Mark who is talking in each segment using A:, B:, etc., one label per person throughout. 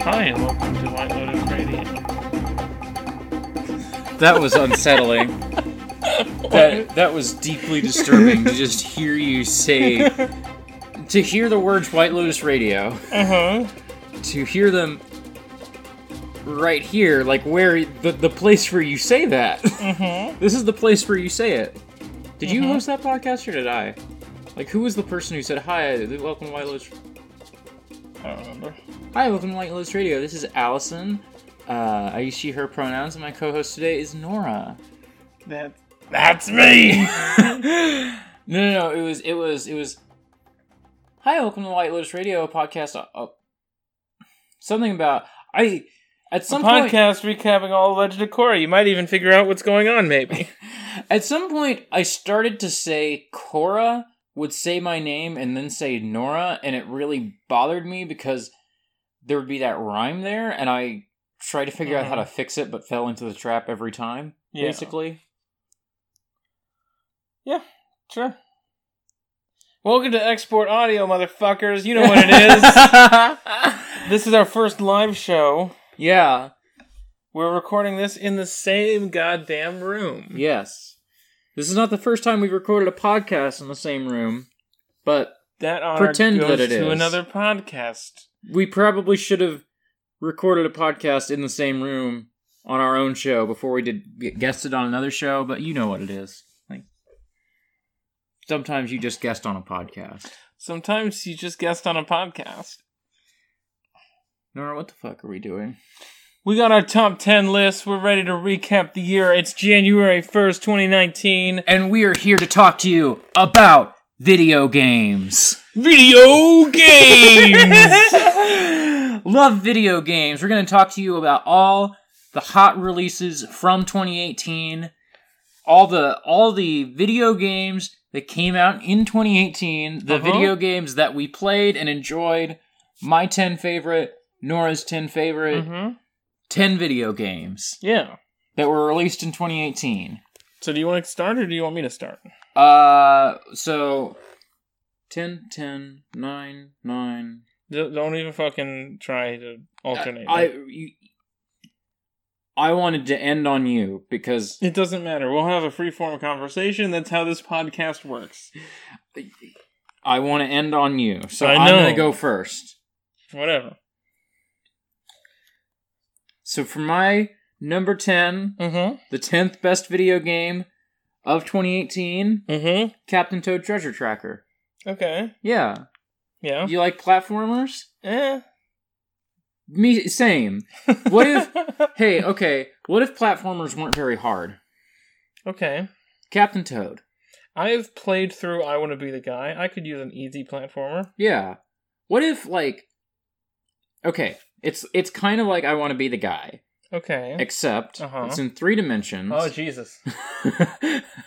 A: Hi, and welcome to White Lotus Radio.
B: That was unsettling. that that was deeply disturbing to just hear you say to hear the words White Lotus Radio.
A: Mm-hmm.
B: To hear them right here, like where the, the place where you say that. This is the place where you say it. Did you host that podcast or did I? Like who was the person who said hi, welcome to White Lotus
A: I don't remember.
B: Hi, welcome to White Lotus Radio. This is Allison. Uh, I use she her pronouns and my co-host today is Nora.
A: That, that's me!
B: No, no, no. It was, it was, it was. Hi, welcome to White Lotus Radio a podcast. Uh, uh, something about I at some point
A: Podcast recapping all of Legend of Korra. You might even figure out what's going on, maybe.
B: at some point I started to say Cora would say my name and then say Nora, and it really bothered me because there would be that rhyme there, and I tried to figure out how to fix it, but fell into the trap every time.
A: Mm. Yeah.
B: Basically,
A: Sure. Welcome to Export Audio, motherfuckers. You know what it is. this is our first live show.
B: yeah.
A: We're recording this in the same goddamn room.
B: Yes. This is not the first time we've recorded a podcast in the same room, but
A: That honor
B: Pretend
A: goes
B: that it
A: to
B: is.
A: another podcast.
B: we probably should have recorded a podcast in the same room on our own show before we did get guested on another show, but you know what it is. Like sometimes you just guest on a podcast.
A: Sometimes you just guest on a podcast.
B: Nora, what the fuck are we doing?
A: We got our top 10 list. We're ready to recap the year. It's January 1st, 2019.
B: And we are here to talk to you about video games.
A: Video games!
B: Love video games. We're going to talk to you about all the hot releases from 2018, all the all the video games that came out in 2018, the
A: Uh-huh.
B: video games that we played and enjoyed. My 10 favorite, Nora's 10 favorite,
A: Mhm.
B: 10 video games
A: Yeah.
B: that were released in 2018.
A: So do you want to start or do you want me to start?
B: Uh so 10 10 9 9
A: D- Don't even fucking try to alternate.
B: I you, I wanted to end on you because
A: it doesn't matter. We'll have a free form conversation. That's how this podcast works.
B: I want to end on you. So
A: I
B: I'm going
A: know.
B: to go first.
A: Whatever.
B: So for my number 10,
A: Mm
B: the 10th best video game of 2018,
A: hmm. Mm
B: Captain Toad Treasure Tracker.
A: hmm. Okay.
B: Yeah.
A: Yeah.
B: You like platformers?
A: Eh.
B: Me same. What if Hey, okay. What if platformers weren't very hard?
A: okay.
B: Captain Toad.
A: I have played through I Want to Be the Guy. I could use an easy platformer.
B: Yeah. What if like Okay, it's it's kind of like I want to be the guy,
A: Okay.
B: except
A: Uh-huh.
B: it's in 3 dimensions.
A: Oh Jesus.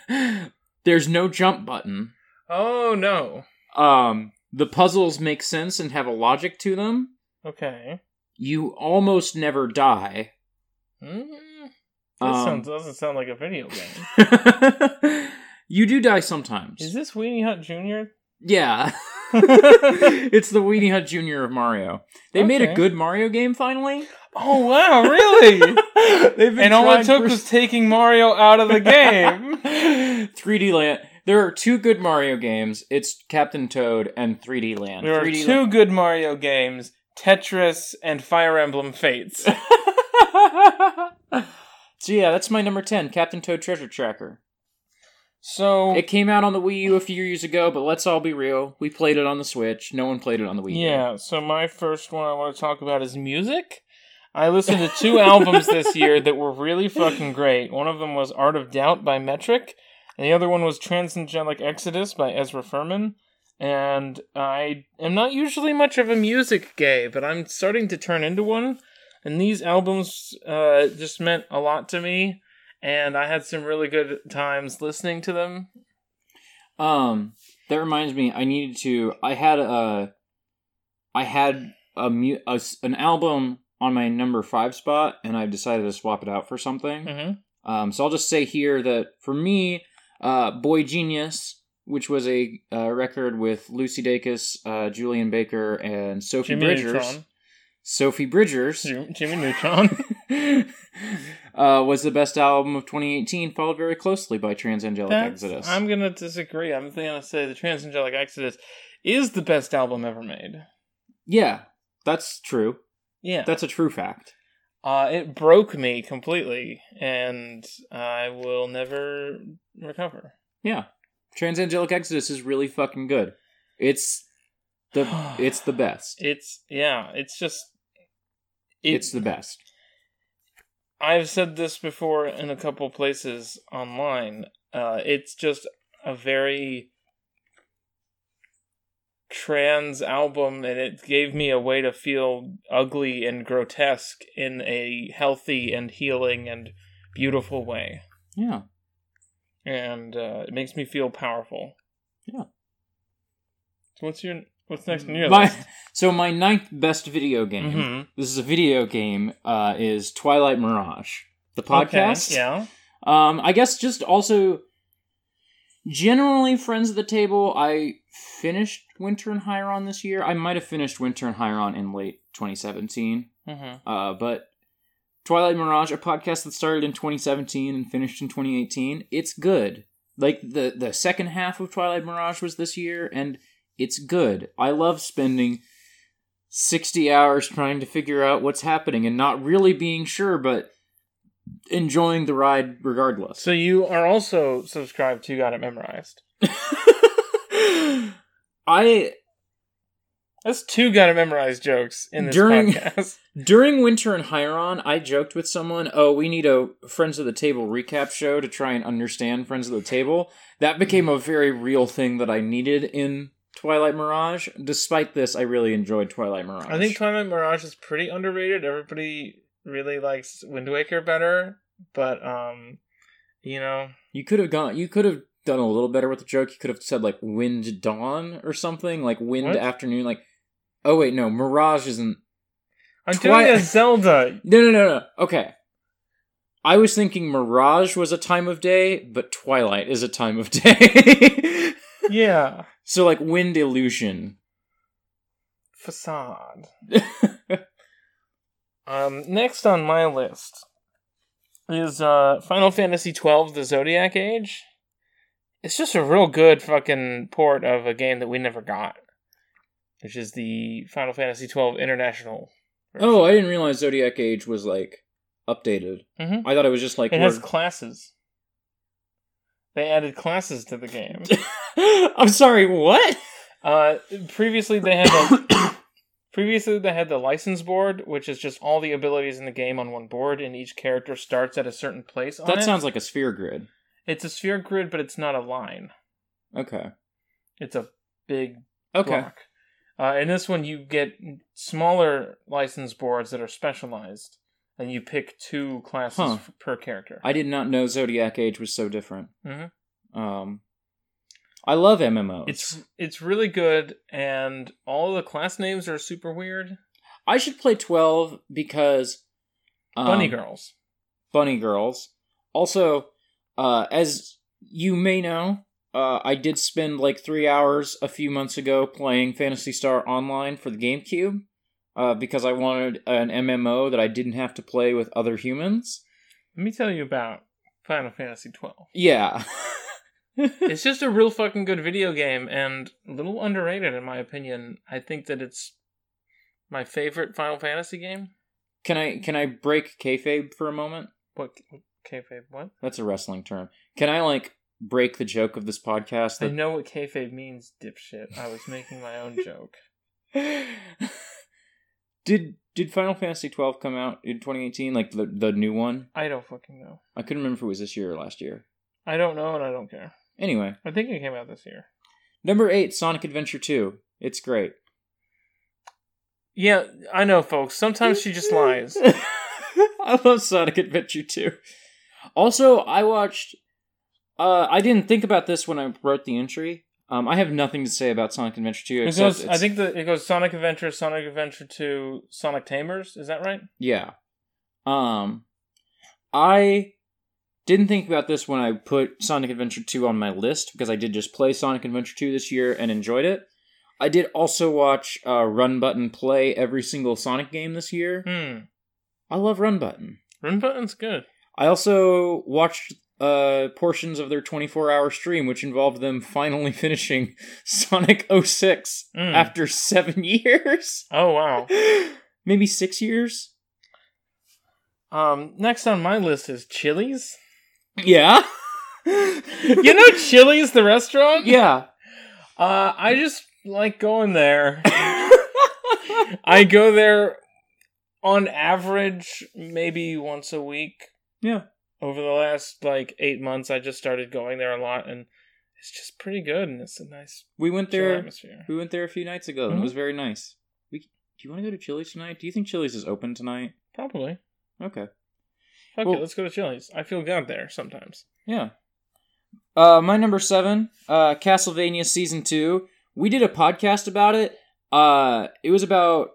B: There's no jump button.
A: Oh no.
B: Um, the puzzles make sense and have a logic to them.
A: Okay.
B: You almost never die.
A: Mm, that
B: Um,
A: sounds doesn't sound like a video game.
B: you do die sometimes.
A: Is this Weenie Hut Junior?
B: yeah. it's the Weenie Hut Jr. of Mario. They made a
A: Okay.
B: good Mario game finally.
A: Oh wow, really?
B: They've been
A: and all it
B: trying
A: took
B: for-
A: was taking Mario out of the game.
B: 3D Land. There are two good Mario games. It's Captain Toad and 3D Land.
A: there are
B: 3D
A: two good Mario games: Tetris and Fire Emblem Fates.
B: so yeah, that's my number ten, Captain Toad Treasure Tracker.
A: So
B: It came out on the Wii U a few years ago, but let's all be real. We played it on the Switch. No one played it on the Wii U.
A: Yeah, so my first one I want to talk about is music. I listened to two albums this year that were really fucking great. One of them was Art of Doubt by Metric, and the other one was Transangelic Exodus by Ezra Furman. And I am not usually much of a music gay, but I'm starting to turn into one. And these albums uh, just meant a lot to me, and I had some really good times listening to them.
B: Um, that reminds me. I needed to. I had a. I had a, mu- a s- an album on my number five spot, and I decided to swap it out for something.
A: Mm-hmm.
B: Um, so I'll just say here that for me, uh, Boy Genius, which was a uh, record with Lucy Dacus, uh, Julian Baker, and Sophie
A: Jimmy
B: Bridgers.
A: Neutron.
B: Sophie Bridgers
A: Jim- Jimmy Neutron.
B: uh, was the best album of 2018, followed very closely by Transangelic
A: That's-
B: Exodus.
A: I'm gonna disagree. I'm gonna say the Transangelic Exodus is the best album ever made.
B: Yeah, that's true.
A: Yeah.
B: That's a true fact.
A: Uh, it broke me completely, and I will never recover.
B: Yeah, Transangelic Exodus is really fucking good. It's the it's the best.
A: It's yeah. It's just. it-
B: It's the best.
A: I've said this before in a couple places online. Uh, it's just a very trans album, and it gave me a way to feel ugly and grotesque in a healthy and healing and beautiful way.
B: Yeah,
A: and uh, it makes me feel powerful.
B: Yeah.
A: So what's your what's next in your
B: my,
A: list?
B: so my ninth best video game.
A: Mhm.
B: This is a video game. Uh, is Twilight Mirage the
A: Okay,
B: podcast?
A: Yeah.
B: Um, I guess just also generally friends at the table. I finished Winter and Hyron this year. I might have finished Winter and Hyron in late 2017.
A: hmm
B: Uh, but Twilight Mirage, a podcast that started in 2017 and finished in 2018, it's good. Like the the second half of Twilight Mirage was this year, and it's good. I love spending 60 hours trying to figure out what's happening and not really being sure, but enjoying the ride regardless.
A: So you are also subscribed to Got It Memorized.
B: I
A: That's two Got It Memorized jokes in this
B: During-
A: podcast.
B: during Winter and Hyron, I joked with someone, "Oh, we need a Friends of the Table recap show to try and understand Friends of the Table." That became a very real thing that I needed in Twilight Mirage. Despite this, I really enjoyed Twilight Mirage.
A: I think Twilight Mirage is pretty underrated. Everybody really likes Wind Waker better, but um, you know,
B: you could have gone. You could have done a little better with the joke. You could have said like "Wind Dawn" or something, like "Wind
A: What?
B: Afternoon." Like, oh wait, no, Mirage isn't.
A: I'm
B: Twi-
A: doing a Zelda.
B: No, no, no, no. Okay. I was thinking Mirage was a time of day, but Twilight is a time of day.
A: Yeah,
B: so, like, Wind Illusion.
A: facade. Um, next on my list is uh, Final Fantasy twelve: The Zodiac Age. It's just a real good fucking port of a game that we never got, which is the Final Fantasy twelve International.
B: oh, I didn't realize Zodiac Age was, like, updated.
A: Mhm.
B: I thought it was just, like,
A: it has
B: we're-
A: classes. They added classes to the game.
B: I'm sorry, what?
A: Uh, previously they had the previously they had the license board, which is just all the abilities in the game on one board, and each character starts at a certain place. On
B: That
A: it.
B: sounds like a sphere grid.
A: It's a sphere grid, but it's not a line.
B: Okay.
A: It's a big
B: Okay.
A: block. Uh, in this one, you get smaller license boards that are specialized, and you pick two classes
B: Huh.
A: f- per character.
B: I did not know Zodiac Age was so different.
A: Mhm.
B: Um, I love MMOs.
A: it's it's really good, and all the class names are super weird.
B: I should play 12 because. Um,
A: Bunny girls.
B: Bunny Girls. Also, uh, as you may know, uh, I did spend like three hours a few months ago playing Fantasy Star Online for the GameCube uh, because I wanted an MMO that I didn't have to play with other humans.
A: Let me tell you about Final Fantasy twelve.
B: Yeah.
A: it's just a real fucking good video game, and a little underrated in my opinion. I think that it's my favorite Final Fantasy game.
B: can I can I break kayfabe for a moment?
A: What? Kayfabe? What?
B: That's a wrestling term. Can I like break the joke of this podcast?
A: I
B: That...
A: know what kayfabe means, dipshit. I was making my own joke.
B: did did Final Fantasy 12 come out in 2018 like the the new one?
A: I don't fucking know.
B: I couldn't remember if it was this year or last year.
A: I don't know and I don't care.
B: Anyway,
A: I think it came out this year.
B: number eight, Sonic Adventure 2. It's great.
A: Yeah, I know, folks. Sometimes she just lies.
B: I love Sonic Adventure 2. Also, I watched. Uh, I didn't think about this when I wrote the entry. Um, I have nothing to say about Sonic Adventure 2
A: It
B: except.
A: goes, I
B: it's-
A: think that it goes Sonic Adventure, Sonic Adventure 2, Sonic Tamers. Is that right?
B: Yeah. Um, I Didn't think about this when I put Sonic Adventure 2 on my list because I did just play Sonic Adventure 2 this year and enjoyed it. I did also watch uh, Run Button play every single Sonic game this year.
A: Hmm.
B: I love Run Button.
A: Run button's good.
B: I also watched uh, portions of their 24 hour stream, which involved them finally finishing Sonic 06
A: Mm.
B: after seven years.
A: Oh wow.
B: Maybe six years?
A: Um, next on my list is Chili's.
B: Yeah.
A: You know Chili's, the restaurant.
B: yeah.
A: Uh, I just like going there. I go there on average maybe once a week.
B: Yeah.
A: Over the last like eight months, I just started going there a lot, and it's just pretty good, and it's a nice
B: we went
A: chill
B: there.
A: atmosphere.
B: We went there a few nights ago. and
A: Mhm.
B: It was very nice. We, do you want to go to Chili's tonight? Do you think Chili's is open tonight?
A: Probably.
B: Okay.
A: Fuck
B: Well-
A: it, let's go to Chili's. I feel good there sometimes.
B: Yeah. Uh, my number seven, uh, Castlevania season two. We did a podcast about it. Uh, it was about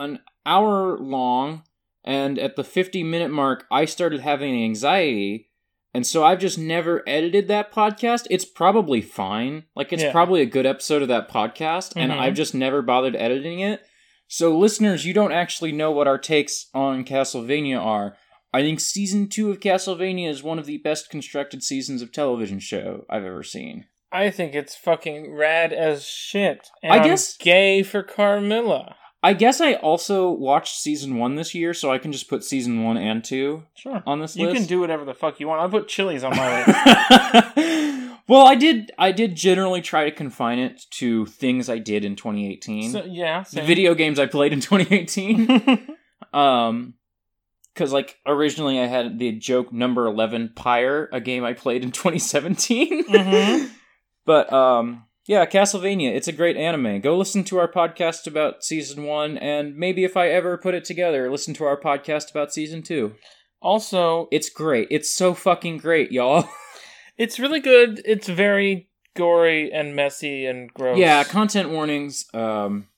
B: an hour long, and at the fifty minute mark, I started having anxiety, and so I've just never edited that podcast. It's probably fine. Like it's
A: Yeah.
B: probably a good episode of that podcast, and
A: Mhm.
B: I've just never bothered editing it. So, listeners, you don't actually know what our takes on Castlevania are. I think season two of Castlevania is one of the best constructed seasons of television show I've ever seen.
A: I think it's fucking rad as shit. And
B: I
A: I'm
B: guess-
A: gay for Carmilla.
B: I guess I also watched season one this year, so I can just put season one and two
A: Sure.
B: on this
A: You
B: list.
A: can do whatever the fuck you want. I put Chili's on my list.
B: well, I did. I did generally try to confine it to things I did in 2018,
A: So, yeah,
B: the
A: same.
B: video games I played in 2018. Um, because like originally I had the joke number eleven Pyre, a game I played in 2017.
A: Mhm.
B: But um, yeah, Castlevania. It's a great anime. Go listen to our podcast about season one, and maybe if I ever put it together, listen to our podcast about season two.
A: also,
B: It's great. It's so fucking great, y'all.
A: it's really good. It's very gory and messy and gross.
B: yeah. Content warnings. Um,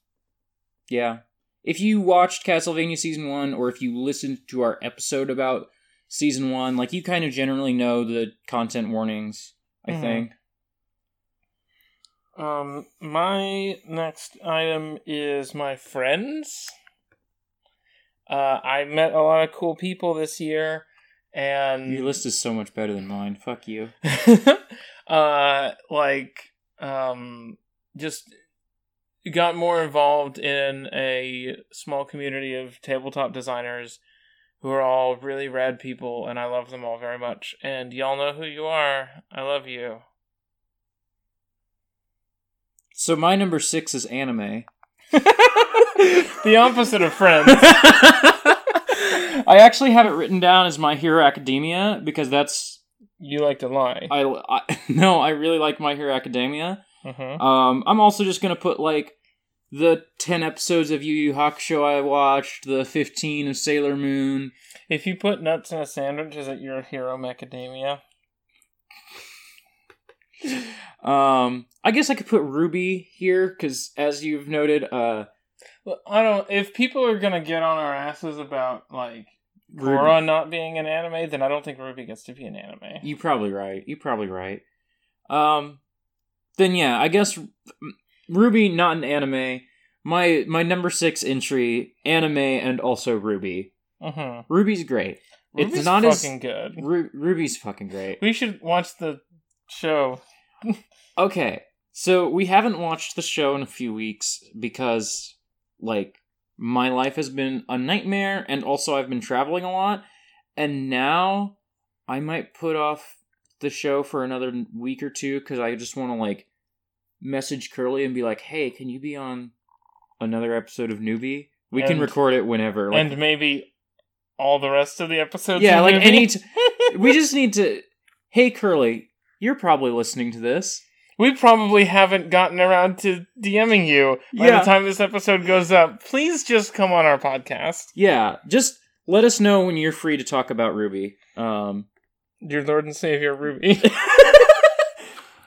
B: yeah. If you watched Castlevania season one, or if you listened to our episode about season one, like you kind of generally know the content warnings. I
A: Mhm.
B: think.
A: um, my next item is my friends. Uh, I met a lot of cool people this year, and
B: Your list is so much better than mine. Fuck you.
A: uh like um just got more involved in a small community of tabletop designers who are all really rad people and I love them all very much and y'all know who you are. I love you.
B: So my number six is anime.
A: The opposite of friends.
B: I actually have it written down as My Hero Academia because that's
A: You like to lie.
B: I, I no I really like My Hero Academia.
A: Mhm.
B: Um, I'm also just gonna put like the ten episodes of Yu Yu Hakusho I watched, the fifteen of Sailor Moon.
A: If you put nuts in a sandwich, is it your hero macadamia?
B: Um, I guess I could put Ruby here because as you've noted, uh,
A: Well, I don't. If people are gonna get on our asses about like
B: Ruby,
A: Korra not being an anime, then I don't think Ruby gets to be an anime.
B: you probably right. You probably right. Um, then yeah, I guess R- Ruby not an anime. My my number six entry anime and also Ruby.
A: Mm-hmm.
B: Ruby's great. It's
A: Ruby's it's
B: not
A: not
B: as-
A: fucking good.
B: Ru- Ruby's fucking great.
A: We should watch the show.
B: Okay, so we haven't watched the show in a few weeks because like my life has been a nightmare, and also I've been traveling a lot, and now I might put off the show for another week or two because I just want to like message Curly and be like, "Hey, can you be on another episode of Newbie? We can
A: And-
B: record it whenever." Like,
A: and maybe all the rest of the episodes.
B: yeah,
A: of
B: like
A: Ruby.
B: any. T- we just need to. Hey, Curly, you're probably listening to this.
A: we probably haven't gotten around to DMing you by
B: Yeah.
A: the time this episode goes up. Please just come on our podcast.
B: Yeah, just let us know when you're free to talk about Ruby. Um,
A: Dear Lord and Savior Ruby.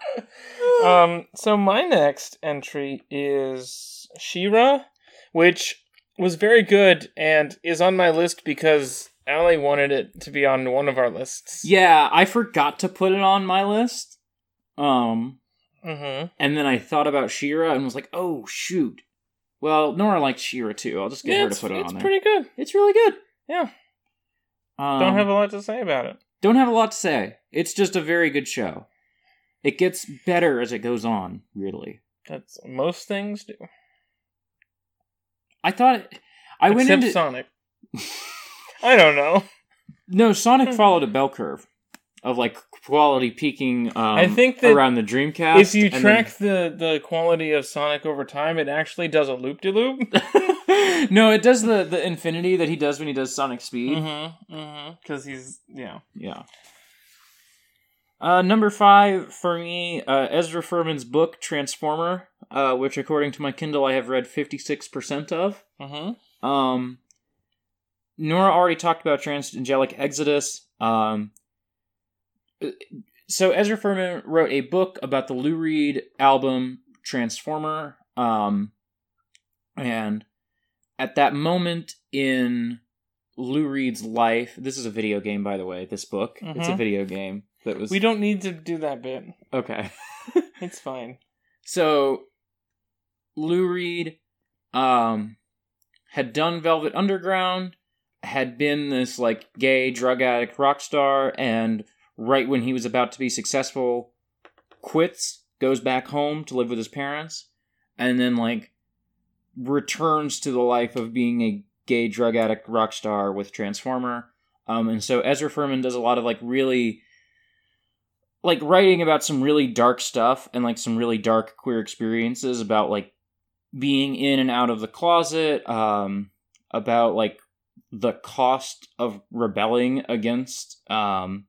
A: um, so my next entry is Shira, which was very good and is on my list because Allie wanted it to be on one of our lists.
B: Yeah, I forgot to put it on my list. Um,
A: Mm-hmm.
B: and then I thought about Shira and was like, oh shoot. Well, Nora likes Shira too. I'll just get her to
A: it's
B: put it
A: it's
B: on there.
A: pretty good.
B: It's really good.
A: Yeah.
B: Um,
A: Don't have a lot to say about it.
B: don't have a lot to say. It's just a very good show. It gets better as it goes on, really.
A: That's most things do.
B: I thought it, I went
A: Except
B: into
A: Sonic. I don't know.
B: no Sonic followed a bell curve of like quality peaking. Um,
A: I think that
B: around the Dreamcast.
A: if you
B: and then-
A: track the, the quality of Sonic over time, it actually does a loop de loop.
B: no, it does the the infinity that he does when he does Sonic Speed.
A: Mm-hmm. Mm-hmm. Because he's yeah.
B: Yeah. Uh, number five for me, uh, Ezra Furman's book Transformer, uh, which according to my Kindle I have read fifty six percent of.
A: Mm-hmm.
B: Um, Nora already talked about Transangelic Exodus. Um, so Ezra Furman wrote a book about the Lou Reed album Transformer. Um, and at that moment in Lou Reed's life, this is a video game, by the way. This book, it's a
A: Mhm.
B: video game that was
A: We don't need to do that bit.
B: okay.
A: It's fine.
B: So Lou Reed um had done Velvet Underground, had been this like gay drug addict rock star, and right when he was about to be successful, quits, goes back home to live with his parents, and then like returns to the life of being a gay drug addict rock star with Transformer. Um, and so Ezra Furman does a lot of like really like writing about some really dark stuff and like some really dark queer experiences about like being in and out of the closet um about like the cost of rebelling against um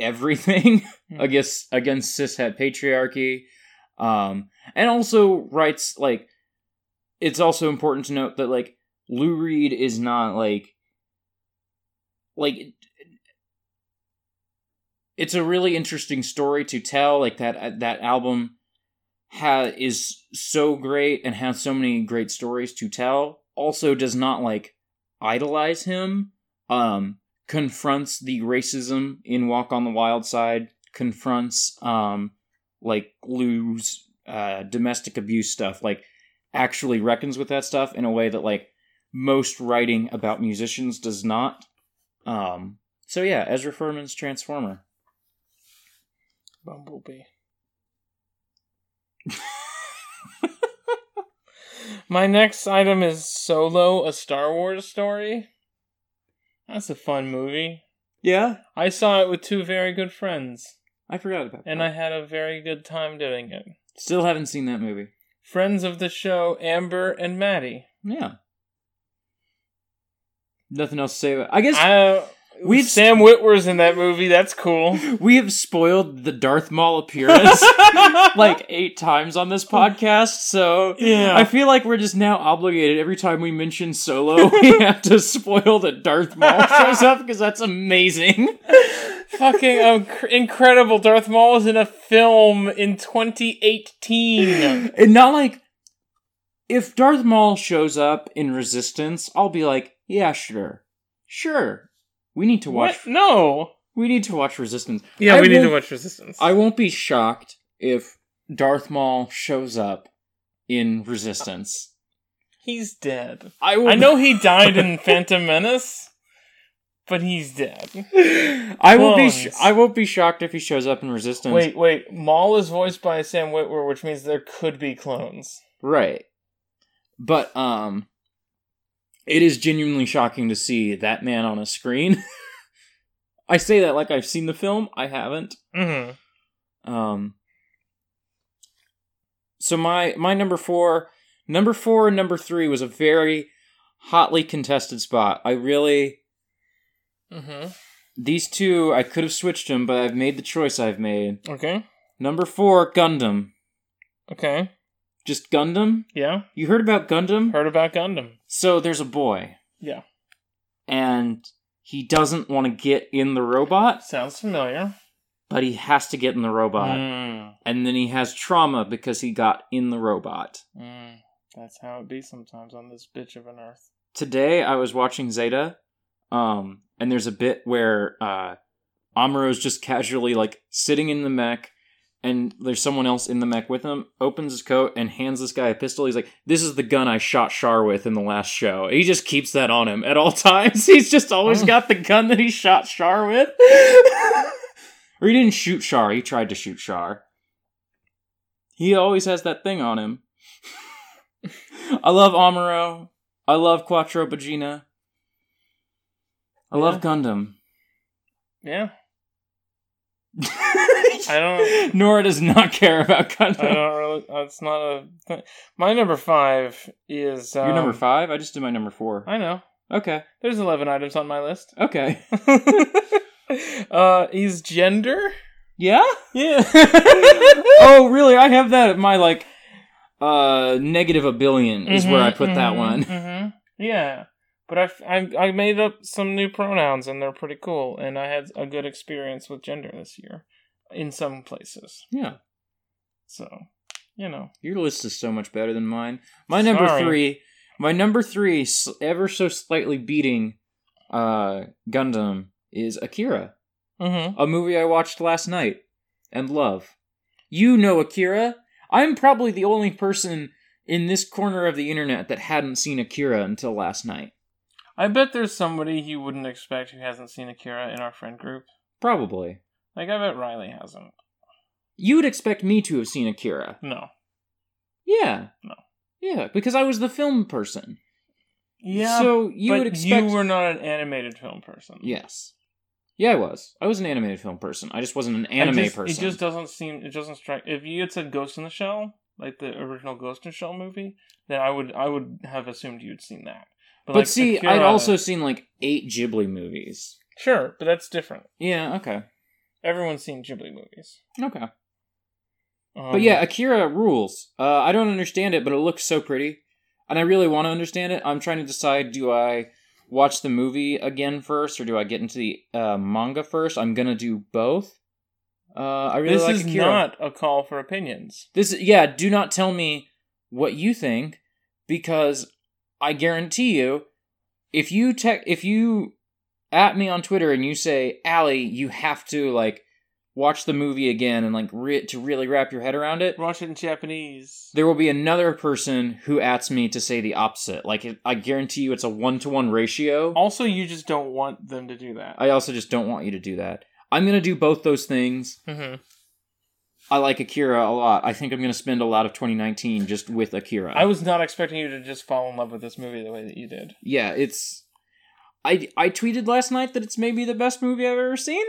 B: everything
A: Hmm.
B: against against cishet patriarchy um and also writes like it's also important to note that like lou reed is not like like it's a really interesting story to tell like that uh, that album ha- is so great and has so many great stories to tell also does not like idolize him um confronts the racism in walk on the wild side confronts um like lou's uh domestic abuse stuff like actually reckons with that stuff in a way that like most writing about musicians does not um so yeah ezra furman's transformer
A: Bumblebee. My next item is Solo, a Star Wars story. That's a fun movie.
B: Yeah,
A: I saw it with two very good friends,
B: I forgot about
A: and
B: that.
A: I had a very good time doing it.
B: still haven't seen that movie.
A: Friends of the show, Amber and Maddie.
B: Yeah. Nothing else to say about. I guess
A: I,
B: We've-
A: Sam Whitwer's in that movie. That's cool.
B: we have spoiled the Darth Maul appearance like eight times on this podcast, so
A: yeah.
B: I feel like we're just now obligated every time we mention Solo, we have to spoil that Darth Maul shows up because that's amazing.
A: fucking um, incredible. Darth Maul is in a film in 2018.
B: And not like if Darth Maul shows up in Resistance, I'll be like, yeah, sure, sure. We need to watch.
A: What? No.
B: We need to watch Resistance.
A: Yeah,
B: I
A: we need to
B: won't-
A: watch Resistance.
B: I won't be shocked if Darth Maul shows up in Resistance.
A: he's dead.
B: I will.
A: I know he died in Phantom Menace, but he's dead.
B: I will be. Sh-
A: Clones.
B: I won't be shocked if he shows up in Resistance.
A: Wait, wait. Maul is voiced by Sam Witwer, which means there could be clones.
B: Right. But um, it is genuinely shocking to see that man on a screen. I say that like I've seen the film. I haven't.
A: Mm-hmm.
B: Um, so my my number four, number four and number three was a very hotly contested spot. I really
A: Mm-hmm.
B: these two I could have switched them, but I've made the choice I've made.
A: Okay.
B: Number four, Gundam.
A: Okay.
B: Just Gundam.
A: Yeah.
B: You heard about Gundam?
A: Heard about Gundam.
B: So there's a boy,
A: Yeah.
B: and he doesn't want to get in the robot,
A: Sounds familiar.
B: but he has to get in the robot,
A: Mm.
B: and then he has trauma because he got in the robot.
A: Hmm. Mm. That's how it be sometimes on this bitch of an earth.
B: today I was watching Zeta, um, and there's a bit where uh, Amuro's just casually like sitting in the mech, and there's someone else in the mech with him. Opens his coat and hands this guy a pistol. He's like, "This is the gun I shot Shar with in the last show." He just keeps that on him at all times. He's just always got the gun that he shot Shar with. or he didn't shoot Shar. He tried to shoot Shar. He always has that thing on him. I love Amuro. I love Quattro Bagina. I love Gundam.
A: Yeah. I don't.
B: Nora does not care about Gundam.
A: I don't really. That's not a. Th- my number five is. Um,
B: You're number five? I just did my number four.
A: I know.
B: Okay.
A: There's 11 items on my list.
B: Okay.
A: uh, is gender?
B: Yeah?
A: Yeah.
B: oh, really? I have that at my, like, uh, negative a billion is where I
A: Mm-hmm,
B: put that one.
A: hmm Yeah, but I, f- I I made up some new pronouns and they're pretty cool, and I had a good experience with gender this year, in some places.
B: Yeah.
A: So, you know,
B: Your list is so much better than mine. My number
A: Sorry.
B: three, my number three, s- ever so slightly beating uh, Gundam is Akira,
A: mm-hmm.
B: a movie I watched last night and love. You know Akira. I'm probably the only person in this corner of the internet that hadn't seen Akira until last night.
A: I bet there's somebody you wouldn't expect who hasn't seen Akira in our friend group.
B: Probably.
A: Like I bet Riley hasn't.
B: You would expect me to have seen Akira.
A: No.
B: Yeah.
A: No.
B: Yeah, because I was the film person.
A: Yeah.
B: So you
A: but
B: would expect
A: you were not an animated film person.
B: Yes. Yeah, I was. I was an animated film person. I just wasn't an
A: I
B: anime
A: just-
B: person.
A: It just doesn't seem. It doesn't strike. If you had said Ghost in the Shell, like the original Ghost in the Shell movie, then I would I would have assumed you'd seen that.
B: but
A: like,
B: see, I'd
A: Akira-
B: also seen like eight Ghibli movies.
A: sure, but that's different.
B: Yeah, okay.
A: Everyone's seen Ghibli movies.
B: Okay.
A: Um,
B: but yeah, Akira rules. Uh, I don't understand it, but it looks so pretty. And I really want to understand it. I'm trying to decide do I watch the movie again first or do I get into the uh, manga first? I'm going to do both. Uh, I really
A: this
B: like
A: is
B: Akira.
A: not a call for opinions.
B: This yeah, do not tell me what you think because I guarantee you if you tech if you at me on Twitter and you say, "Allie, you have to like watch the movie again and like re- to really wrap your head around it."
A: Watch it in Japanese.
B: There will be another person who asks me to say the opposite. Like it, I guarantee you it's a 1 to 1 ratio.
A: Also, you just don't want them to do that.
B: I also just don't want you to do that. I'm going to do both those things.
A: mm-hmm.
B: I like Akira a lot. I think I'm going to spend a lot of 2019 just with Akira.
A: I was not expecting you to just fall in love with this movie the way that you did.
B: yeah, it's. I I tweeted last night that it's maybe the best movie I've ever seen.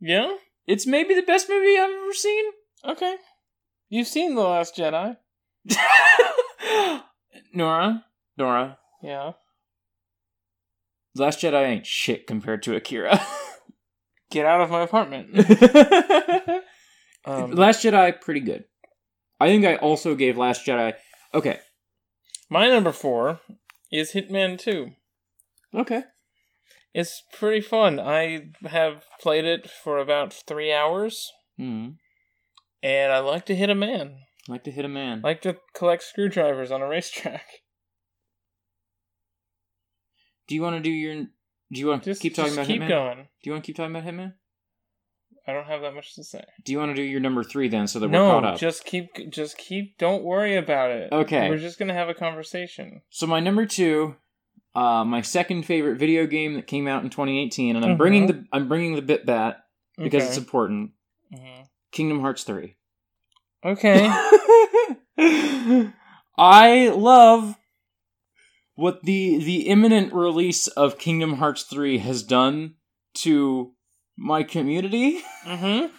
A: Yeah.
B: It's maybe the best movie I've ever seen.
A: Okay. You've seen the Last Jedi.
B: Nora, Nora,
A: Yeah.
B: The Last Jedi ain't shit compared to Akira.
A: Get out of my apartment.
B: Last
A: Um,
B: Jedi, pretty good. I think I also gave Last Jedi. Okay,
A: my number four is Hitman 2.
B: okay.
A: It's pretty fun. I have played it for about three hours,
B: Hmm.
A: and I like to hit a man.
B: Like to hit a man.
A: I like to collect screwdrivers on a racetrack.
B: do you want to do your? Do you want to
A: Just
B: keep talking
A: just
B: about
A: keep
B: Hitman?
A: going.
B: Do you want to keep talking about Hitman?
A: I don't have that much to say.
B: Do you want to do your number three then, so that we're caught
A: No,
B: up?
A: just keep, just keep. Don't worry about it.
B: Okay.
A: we're just gonna have a conversation.
B: So my number two, uh, my second favorite video game that came out in 2018, and I'm
A: Mhm.
B: bringing the I'm bringing the bit bat because it's important.
A: it's mm
B: Kingdom Hearts three.
A: okay.
B: I love what the the imminent release of Kingdom Hearts three has done to my community.
A: mm-hmm.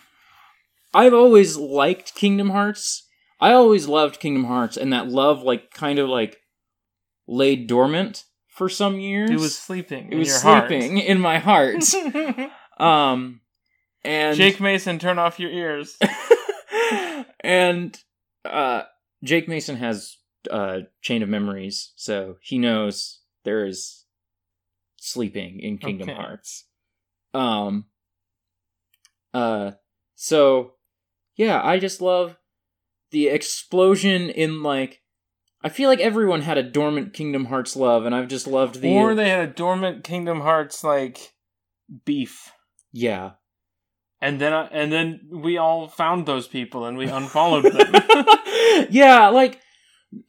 B: I've always liked Kingdom Hearts. I always loved Kingdom Hearts, and that love like kind of like laid dormant for some years.
A: It was sleeping.
B: it
A: in
B: was
A: your heart.
B: sleeping in my heart. um, and
A: Jake Mason, turn off your ears.
B: and uh, Jake Mason has uh, chain of memories, so he knows there is sleeping in Kingdom
A: Okay.
B: Hearts. Um. Uh. So, yeah, I just love the explosion in like. I feel like everyone had a dormant Kingdom Hearts love, and I've just loved the.
A: Or they had a dormant Kingdom Hearts like beef,
B: yeah.
A: and then I, and then we all found those people and we unfollowed them.
B: yeah, like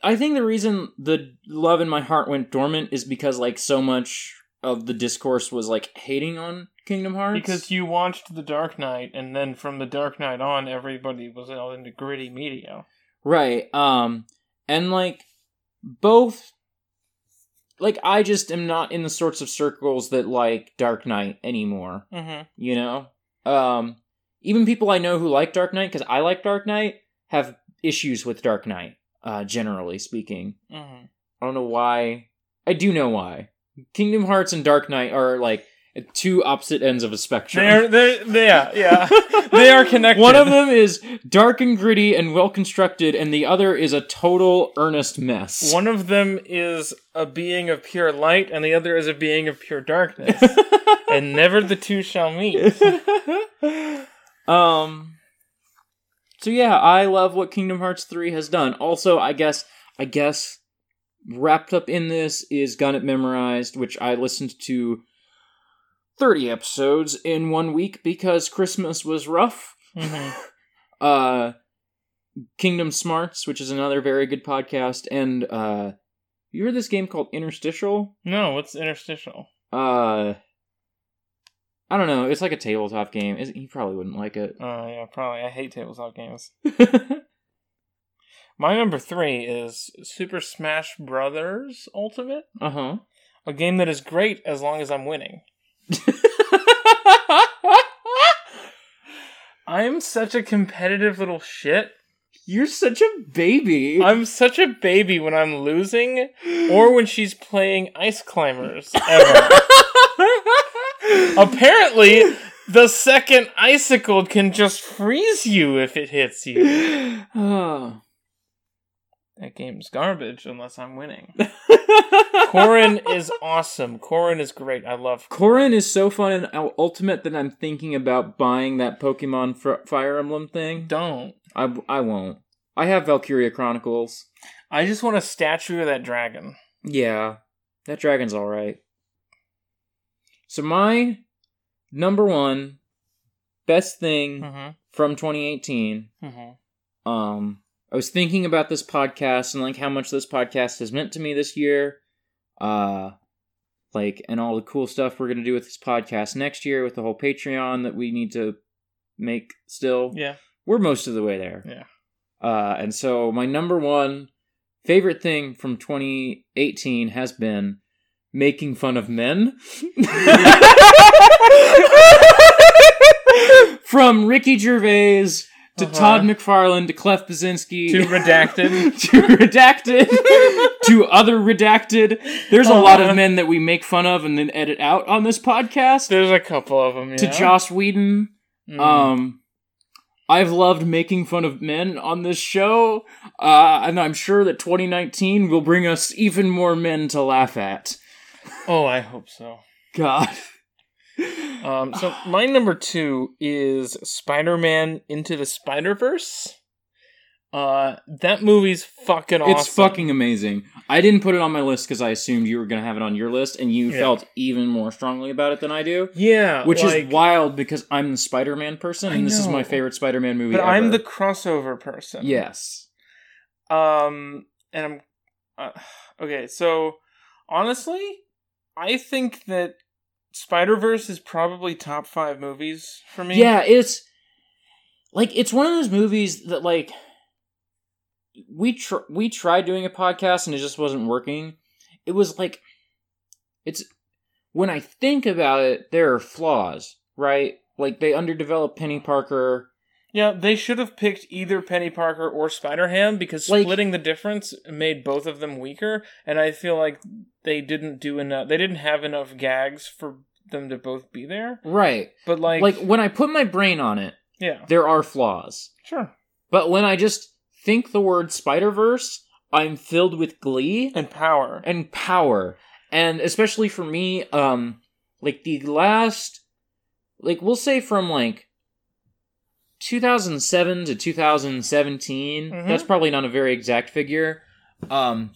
B: I think the reason the love in my heart went dormant is because like so much of the discourse was like hating on Kingdom Hearts.
A: Because you watched The Dark Knight, and then from The Dark Knight on, everybody was all into gritty media.
B: Right. Um and like both like I just am not in the sorts of circles that like Dark Knight anymore,
A: Mm-hmm.
B: you know? Um even people I know who like Dark Knight cuz I like Dark Knight have issues with Dark Knight uh generally speaking.
A: Mm-hmm.
B: I don't know why. I do know why. Kingdom Hearts and Dark Knight are like at two opposite ends of a spectrum.
A: They're, they're, they yeah, yeah. they are connected.
B: One of them is dark and gritty and well constructed, and the other is a total earnest mess.
A: One of them is a being of pure light, and the other is a being of pure darkness. and never the two shall meet. Mm-hmm.
B: um. So yeah, I love what Kingdom Hearts three has done. Also, I guess, I guess, wrapped up in this is Gun It Memorized, which I listened to thirty episodes in one week because Christmas was rough.
A: Mhm.
B: uh Kingdom Smarts, which is another very good podcast, and uh you heard this game called Interstitial?
A: No, what's interstitial?
B: Uh I don't know, it's like a tabletop game. Is he probably wouldn't like it.
A: Oh, yeah, probably. I hate tabletop games. My number three is Super Smash Brothers Ultimate,
B: uh-huh.
A: a game that is great as long as I'm winning. I'm such a competitive little shit.
B: You're such a baby.
A: I'm such a baby when I'm losing or when she's playing ice climbers ever. Apparently, the second icicle can just freeze you if it hits you.
B: Oh.
A: That game's garbage unless I'm winning. Corin is awesome. Corin is great. I love.
B: Corrin is so fun and ul- ultimate that I'm thinking about buying that Pokemon Fr- Fire Emblem thing.
A: Don't.
B: I, I won't. I have Valkyria Chronicles.
A: I just want a statue of that dragon.
B: Yeah, that dragon's all right. So my number one best thing
A: Mm-hmm.
B: from 2018.
A: Mm-hmm.
B: Um, I was thinking about this podcast and like how much this podcast has meant to me this year. Uh, like and all the cool stuff we're gonna do with this podcast next year with the whole Patreon that we need to make still
A: Yeah.
B: we're most of the way there.
A: Yeah.
B: Uh, and so my number one favorite thing from 2018 has been making fun of men. from Ricky Gervais to
A: Uh-huh.
B: Todd McFarlane to Clef Bazinski
A: Too redacted.
B: to redacted to other redacted. There's a lot
A: Uh-huh.
B: of men that we make fun of and then edit out on this podcast.
A: There's a couple of them. Yeah.
B: To Joss Whedon.
A: Mm.
B: Um, I've loved making fun of men on this show, uh, and I'm sure that 2019 will bring us even more men to laugh at.
A: Oh, I hope so.
B: God.
A: Um, so my number two is Spider-Man Into the Spider-Verse. Uh, that movie's fucking awesome.
B: It's fucking amazing. I didn't put it on my list because I assumed you were going to have it on your list, and you
A: Yeah.
B: felt even more strongly about it than I do.
A: yeah,
B: Which
A: like-
B: is wild because I'm the Spider Man person,
A: I
B: and this is
A: know.
B: my favorite Spider Man movie
A: But I'm
B: ever.
A: the crossover person.
B: Yes.
A: Um, and I'm uh, okay. So honestly, I think that Spider Verse is probably top five movies for me.
B: Yeah, it's like it's one of those movies that like we tr- we tried doing a podcast and it just wasn't working. It was like it's when I think about it, there are flaws, right? Like they underdeveloped Penny Parker.
A: yeah. They should have picked either Penny Parker or Spider Ham because
B: Like-
A: splitting the difference made both of them weaker. And I feel like they didn't do enough. They didn't have enough gags for them to both be there.
B: Right.
A: But like,
B: Like when I put my brain on it,
A: yeah,
B: there are flaws.
A: sure.
B: But when I just think the word Spider-Verse, I'm filled with glee.
A: And power.
B: and power and especially for me um like the last like we'll say from like 2007 to 2017
A: Mhm.
B: that's probably not a very exact figure Um,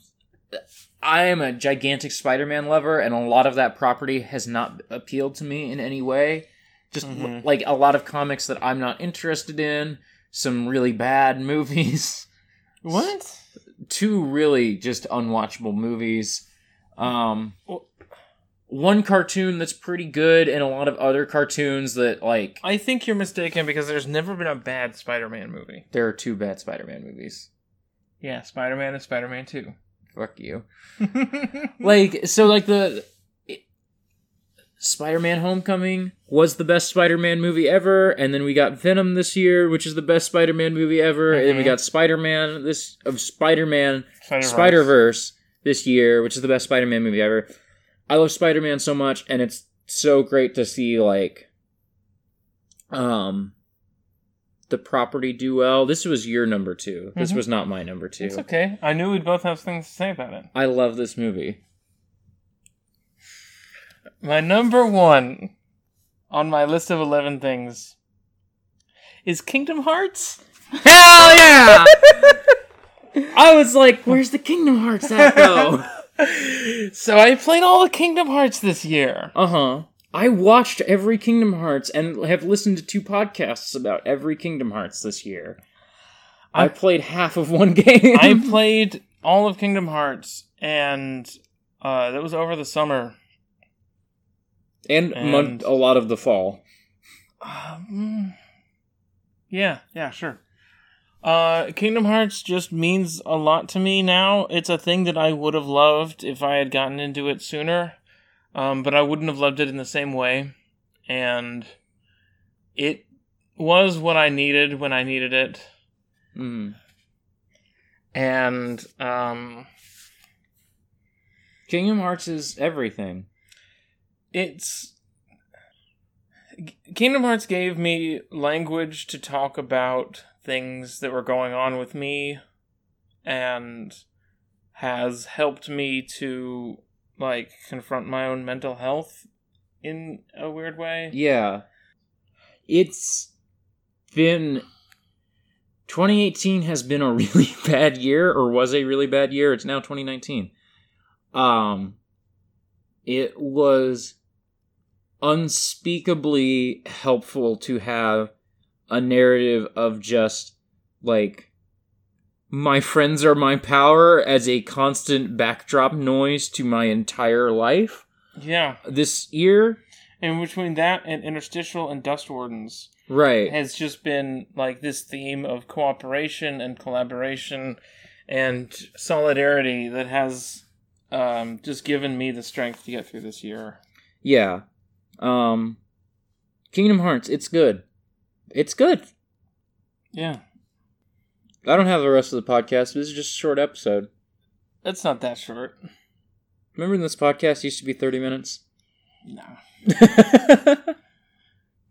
B: I am a gigantic Spider-Man lover, and a lot of that property has not appealed to me in any way. Just
A: Mhm.
B: like a lot of comics that I'm not interested in, some really bad movies,
A: What?
B: two really just unwatchable movies. Um,
A: Well-
B: one cartoon that's pretty good, and a lot of other cartoons that like
A: I think you're mistaken because there's never been a bad Spider-Man movie.
B: there are two bad Spider-Man movies.
A: Yeah, Spider-Man and Spider-Man 2.
B: Fuck you. like so like the it- spider-man homecoming was the best spider-man movie ever and then we got venom this year which is the best spider-man movie ever and then we
A: Mhm.
B: got spider-man this of spider-man
A: Spider-Verse.
B: spider-verse this year which is the best spider-man movie ever i love spider-man so much and it's so great to see like um the property do well this was your number two this
A: Mhm.
B: was not my number two
A: It's okay. I knew we'd both have things to say about it.
B: i love this movie
A: My number one on my list of 11 things is Kingdom Hearts.
B: Hell yeah! I was like, where's the Kingdom Hearts at though?
A: So I played all the Kingdom Hearts this year.
B: uh huh. I watched every Kingdom Hearts and have listened to two podcasts about every Kingdom Hearts this year. I,
A: I-
B: played half of one game.
A: I played all of Kingdom Hearts, and uh, that was over the summer.
B: and,
A: and-
B: mon- a lot of the fall.
A: Um, yeah, yeah, sure. Uh, Kingdom Hearts just means a lot to me now. It's a thing that I would have loved if I had gotten into it sooner, um, but I wouldn't have loved it in the same way. And it was what I needed when I needed it.
B: Mm.
A: And um,
B: Kingdom Hearts is everything.
A: it's K- Kingdom Hearts gave me language to talk about things that were going on with me and has helped me to like confront my own mental health in a weird way.
B: Yeah. It's been 2018 has been a really bad year or was a really bad year. It's now 2019. Um it was unspeakably helpful to have a narrative of just like my friends are my power as a constant backdrop noise to my entire life.
A: Yeah.
B: This year,
A: And between that and interstitial and dust wardens
B: right.
A: has just been like this theme of cooperation and collaboration and solidarity that has um, just given me the strength to get through this year.
B: Yeah. Um Kingdom Hearts, it's good. It's good.
A: Yeah,
B: I don't have the rest of the podcast. This is just a short episode.
A: that's not that short.
B: Remember when this podcast used to be 30 minutes?
A: No.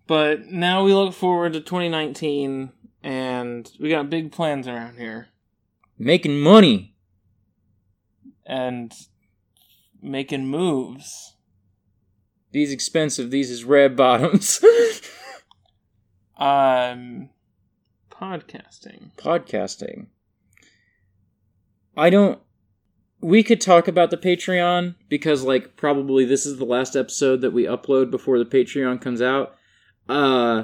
A: But now we look forward to 2019 and we got big plans around here
B: Making money.
A: and making moves.
B: These expensive, these is red bottoms.
A: Um, podcasting.
B: Podcasting. I don't we could talk about the Patreon because like probably this is the last episode that we upload before the Patreon comes out. Uh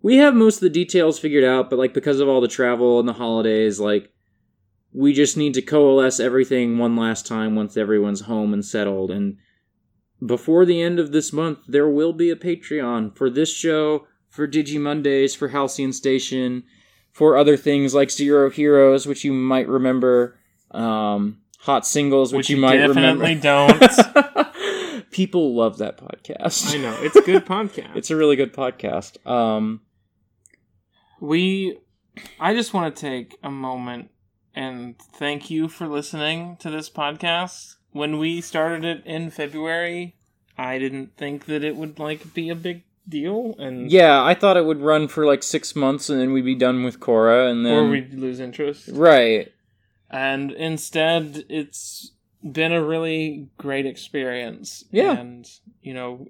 B: we have most of the details figured out, but like because of all the travel and the holidays, like we just need to coalesce everything one last time once everyone's home and settled and before the end of this month there will be a Patreon for this show, for Digi Mondays, for Halcyon Station, for other things like Zero Heroes, which you might remember, um, Hot Singles, which, you, might remember.
A: definitely don't.
B: People love that podcast.
A: I know, it's a good podcast.
B: It's a really good podcast. Um,
A: we i just want to take a moment and thank you for listening to this podcast when we started it in february i didn't think that it would like be a big deal and
B: yeah, I thought it would run for like six months and then we'd be done with Cora and then
A: or we'd lose interest
B: right.
A: and instead it's been a really great experience
B: Yeah.
A: and you know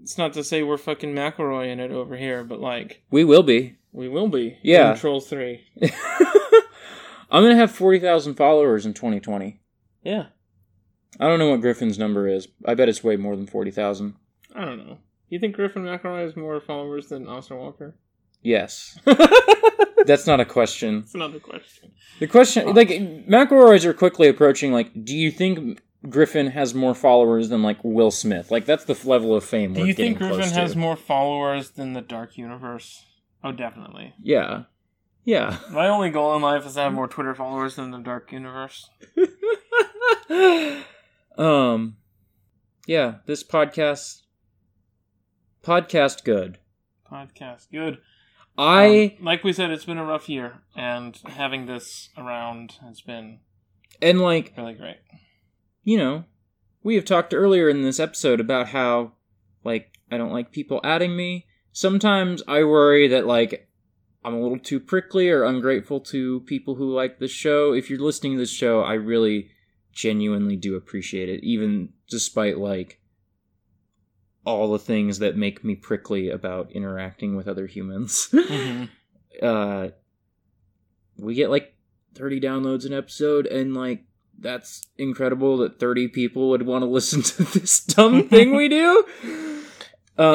A: it's not to say we're fucking mcelroy in it over here but like
B: We will be.
A: we will be
B: Yeah.
A: in trolls 3
B: I'm gonna have forty thousand followers in 2020.
A: Yeah.
B: I don't know what Griffin's number is. I bet it's way more than forty thousand.
A: I don't know. You think Griffin McElroy has more followers than Austin Walker?
B: Yes,
A: That's
B: that's not a question.
A: another question.
B: The
A: Oh.
B: question, like, McElroy's are quickly approaching. Like, do you think Griffin has more followers than like Will Smith? Like, that's the f- level of fame.
A: Do
B: we're
A: you think
B: getting close
A: Griffin
B: to.
A: has more followers than the Dark Universe? Oh, definitely.
B: Yeah, yeah.
A: My only goal in life is to have more Twitter followers than the Dark Universe.
B: um, yeah. This podcast, podcast, good.
A: Podcast. Good.
B: I
A: Um, like we said, it's been a rough year, and having this around has been
B: and like
A: really great.
B: you know, we have talked earlier in this episode about how, like, I don't like people adding me. Sometimes I worry that, like, I'm a little too prickly or ungrateful to people who like the show. If you're listening to this show, I really genuinely do appreciate it, even despite, like, all the things that make me prickly about interacting with other humans.
A: Mm-hmm.
B: uh, we get like 30 downloads an episode and like that's incredible that 30 people would want to listen to this dumb thing we do uh,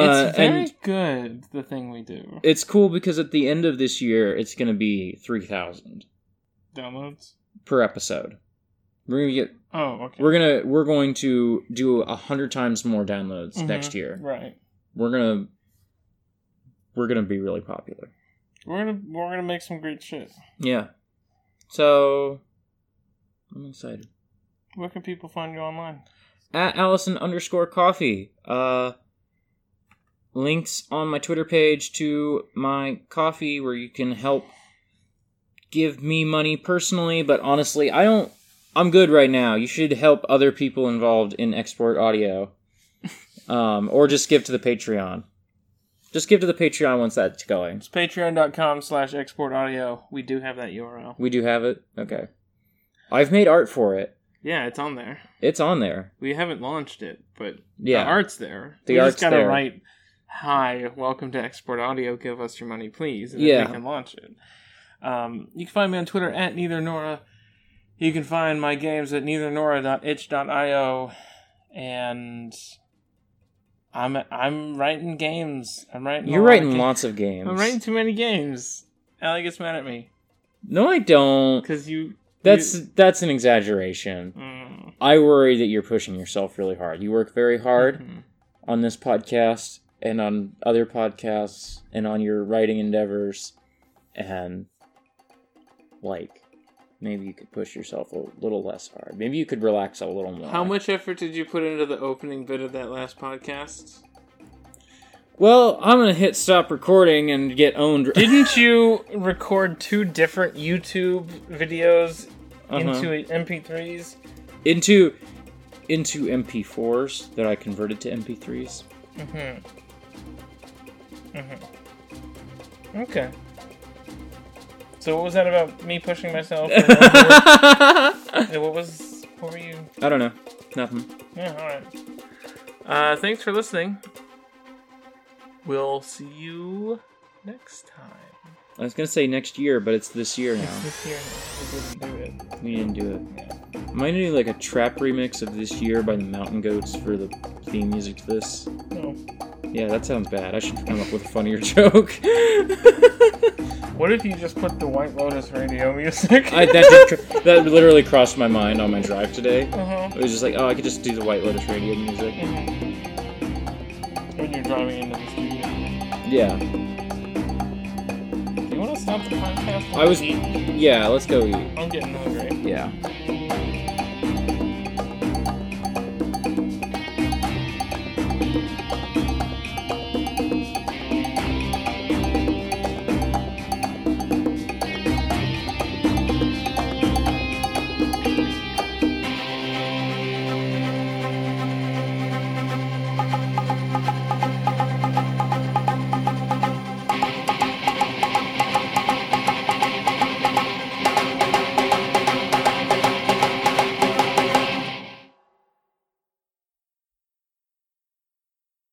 A: it's very
B: and
A: good. The thing we do
B: it's cool because at the end of this year it's going to be 3000
A: downloads.
B: per episode we're going to get
A: Oh, okay.
B: we're going to we're going to do a 100 times more downloads
A: Mhm.
B: next year
A: right.
B: we're going to we're going to be really popular
A: We're gonna we're gonna make some great shit.
B: yeah so i'm excited
A: Where can people find you online?
B: at Allison underscore coffee. Uh, links on my Twitter page to my coffee where you can help give me money personally. But honestly, I don't. I'm good right now. You should help other people involved in export audio, um, or just give to the Patreon. Just give to the Patreon once that's going.
A: It's patreon.com slash export audio. We do have that URL.
B: We do have it. Okay. I've made art for it.
A: Yeah, it's on there.
B: It's on there.
A: We haven't launched it, but
B: Yeah.
A: the art's there.
B: The
A: we
B: art's
A: just gotta
B: there.
A: write Hi, welcome to Export Audio, give us your money, please. And
B: Yeah.
A: then we can launch it. Um, you can find me on Twitter at neither Nora. You can find my games at neithernora.itch.io and I'm I'm writing games. I'm writing a
B: You're
A: lot of
B: writing
A: ga-
B: lots of games.
A: I'm writing too many games. Allie gets mad at me.
B: No, I don't.
A: Because you
B: That's
A: you-
B: that's an exaggeration.
A: Mm.
B: I worry that you're pushing yourself really hard. You work very hard
A: Mhm.
B: on this podcast and on other podcasts and on your writing endeavors and like maybe you could push yourself a little less hard. Maybe you could relax a little more.
A: How much effort did you put into the opening bit of that last podcast?
B: Well, I'm going to hit stop recording and get owned
A: Didn't you record two different YouTube videos
B: Uh-huh.
A: into MP3s?
B: into into MP4s that I converted to MP3s.
A: Mm-hmm. Mm-hmm. Okay. So what was that about me pushing myself? and what
B: I
A: what was what were you?
B: don't know. Nothing.
A: Yeah, all right. Uh, thanks for listening. We'll see you next time.
B: I was gonna say next year, but it's this year now.
A: This year, we didn't do it.
B: We didn't do it. Am I gonna do like a trap remix of this year by the Mountain Goats for the theme music to this?
A: No.
B: Yeah, that sounds bad. I should come up with a funnier joke.
A: What if you just put the White Lotus radio music?
B: I, that, did, cr- that literally crossed my mind on my drive today.
A: uh-huh.
B: It was just like, oh, I could just do the White Lotus radio music.
A: When you're driving into the studio.
B: Yeah,
A: Do you want to stop the podcast?
B: I was-
A: I'm
B: yeah. Let's go eat.
A: getting hungry.
B: Yeah.